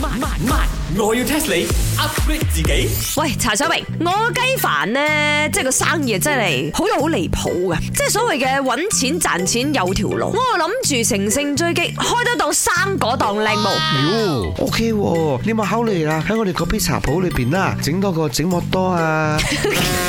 慢慢慢，我要 test 你 upgrade 自己。喂，茶水榮，我雞飯呢，即係個生意真係好有好離譜嘅，即係所謂嘅揾錢賺錢有條路。我諗住乘勝追擊，開多檔生果檔靚模。哟，OK 喎，你有冇考慮啊？喺我哋嗰批茶鋪裏邊啦，整多個整莫多啊，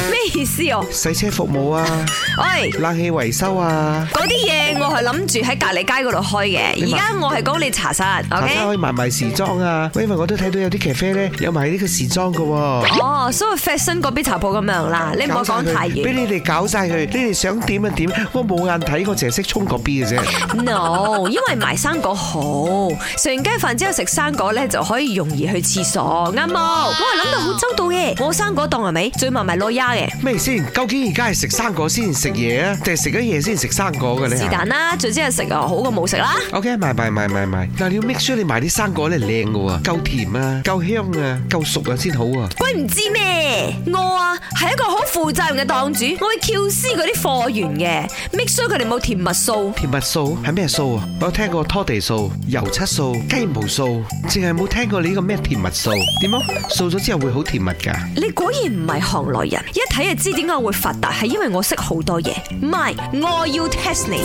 咩意思哦？洗車服務啊，喂，冷氣維修啊，嗰啲嘢我係諗住喺隔離街嗰度開嘅，而你問家我係講你啊茶室大家可，OK？以賣埋時裝啊。喂因為我都睇到有啲咖啡咧有埋呢個時裝嘅喎。哦，所以 fashion 嗰邊茶鋪咁樣啦，你唔好講太俾遠。你哋搞晒佢，你哋想點就點，我冇眼睇，我淨係識衝嗰 B 嘅啫。 No，因為埋生果好，食完雞飯之後食生果咧就可以容易去廁所，啱冇？我係諗到好周到嘅，我生果檔係咪？最埋埋攞丫嘅，咩先？究竟而家係食生果先食嘢啊，定係食咗嘢先食生果嘅咧？是但啦，最之係食啊好過冇食啦。 OK，賣賣賣賣賣，但係你要 make sure 你賣啲生果咧靚嘅喎，夠甜啊，夠香啊，夠熟啊先好啊。鬼唔知咩？我啊係一個好負責任嘅檔主，我會 QC 嗰啲貨源嘅，make sure 佢哋冇甜蜜素。甜蜜素係咩素啊？我有聽過拖地素、油漆素、雞毛素，淨係冇聽過你呢個咩甜蜜素。點啊？掃咗之後會好甜蜜㗎？你果然唔係行內人，一睇就知點解我會發達，係因為我識好多嘢。唔係，我要 test 你。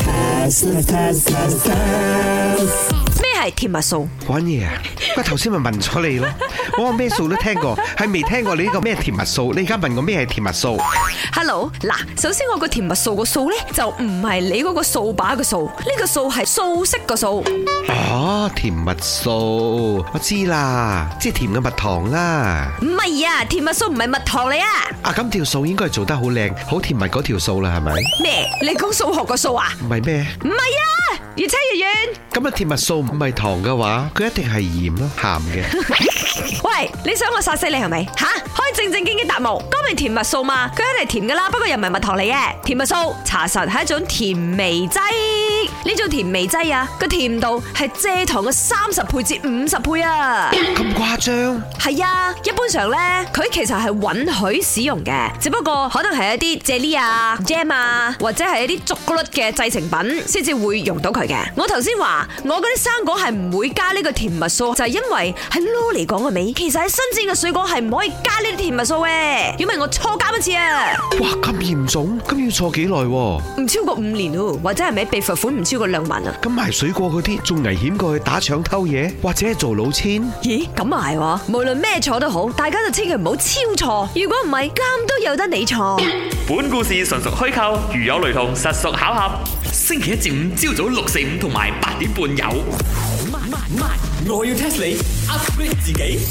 咩係甜蜜素？玩嘢啊！我頭先咪問咗你咯，我話咩素都聽過，係未聽過你呢個咩甜蜜素？你而家問我咩係甜蜜素？ Hello，嗱，首先我個甜蜜素個數咧就唔係你嗰個掃把嘅數，呢個數係素色個數。哦，甜蜜素，我知啦，即係甜嘅蜜糖啦。唔係啊，甜蜜素唔係蜜糖嚟啊。啊，咁條數應該係做得好靚，好甜蜜嗰條數啦，係咪？咩？你講數學個數啊？唔係咩？唔係啊，越扯越遠。咁啊，甜蜜素唔係糖嘅話，佢一定係鹽咯，鹹嘅。喂，你想我殺死你係咪？吓，可以正正經經答冇，講明甜蜜素嘛，佢一定係甜噶啦，不過又唔係蜜糖嚟嘅。甜蜜素查實係一種甜味劑，呢種甜味劑啊，個甜度係蔗糖嘅三十倍至五十倍啊。咁誇張？係啊，一般上呢，佢其實係允許使用嘅，只不過可能係一啲啫喱啊、jam 啊，或者係一啲朱古力嘅製成品先至會用到佢嘅。我頭先話我嗰啲生果係唔會加呢個甜蜜素，就係因為喺 Loo 嚟講嘅味，其實喺新鮮嘅水果係唔可以加呢啲甜蜜素嘅，因為我錯監一次啊，哇，咁嚴重？咁要坐幾耐喎？唔超過五年咯，或者係咪被罰款唔超過兩萬啊？咁賣水果嗰啲仲危險過去打搶偷嘢，或者係做老千？咦，咁啊係喎，無論咩錯都好，大家就千祈唔好超錯，如果唔係監都有得你錯。本故事純屬虛構，如有雷同，實屬巧合。星期一至五朝早六四五同埋八點半有。慢慢慢，我要 test 你 upgrade 自己。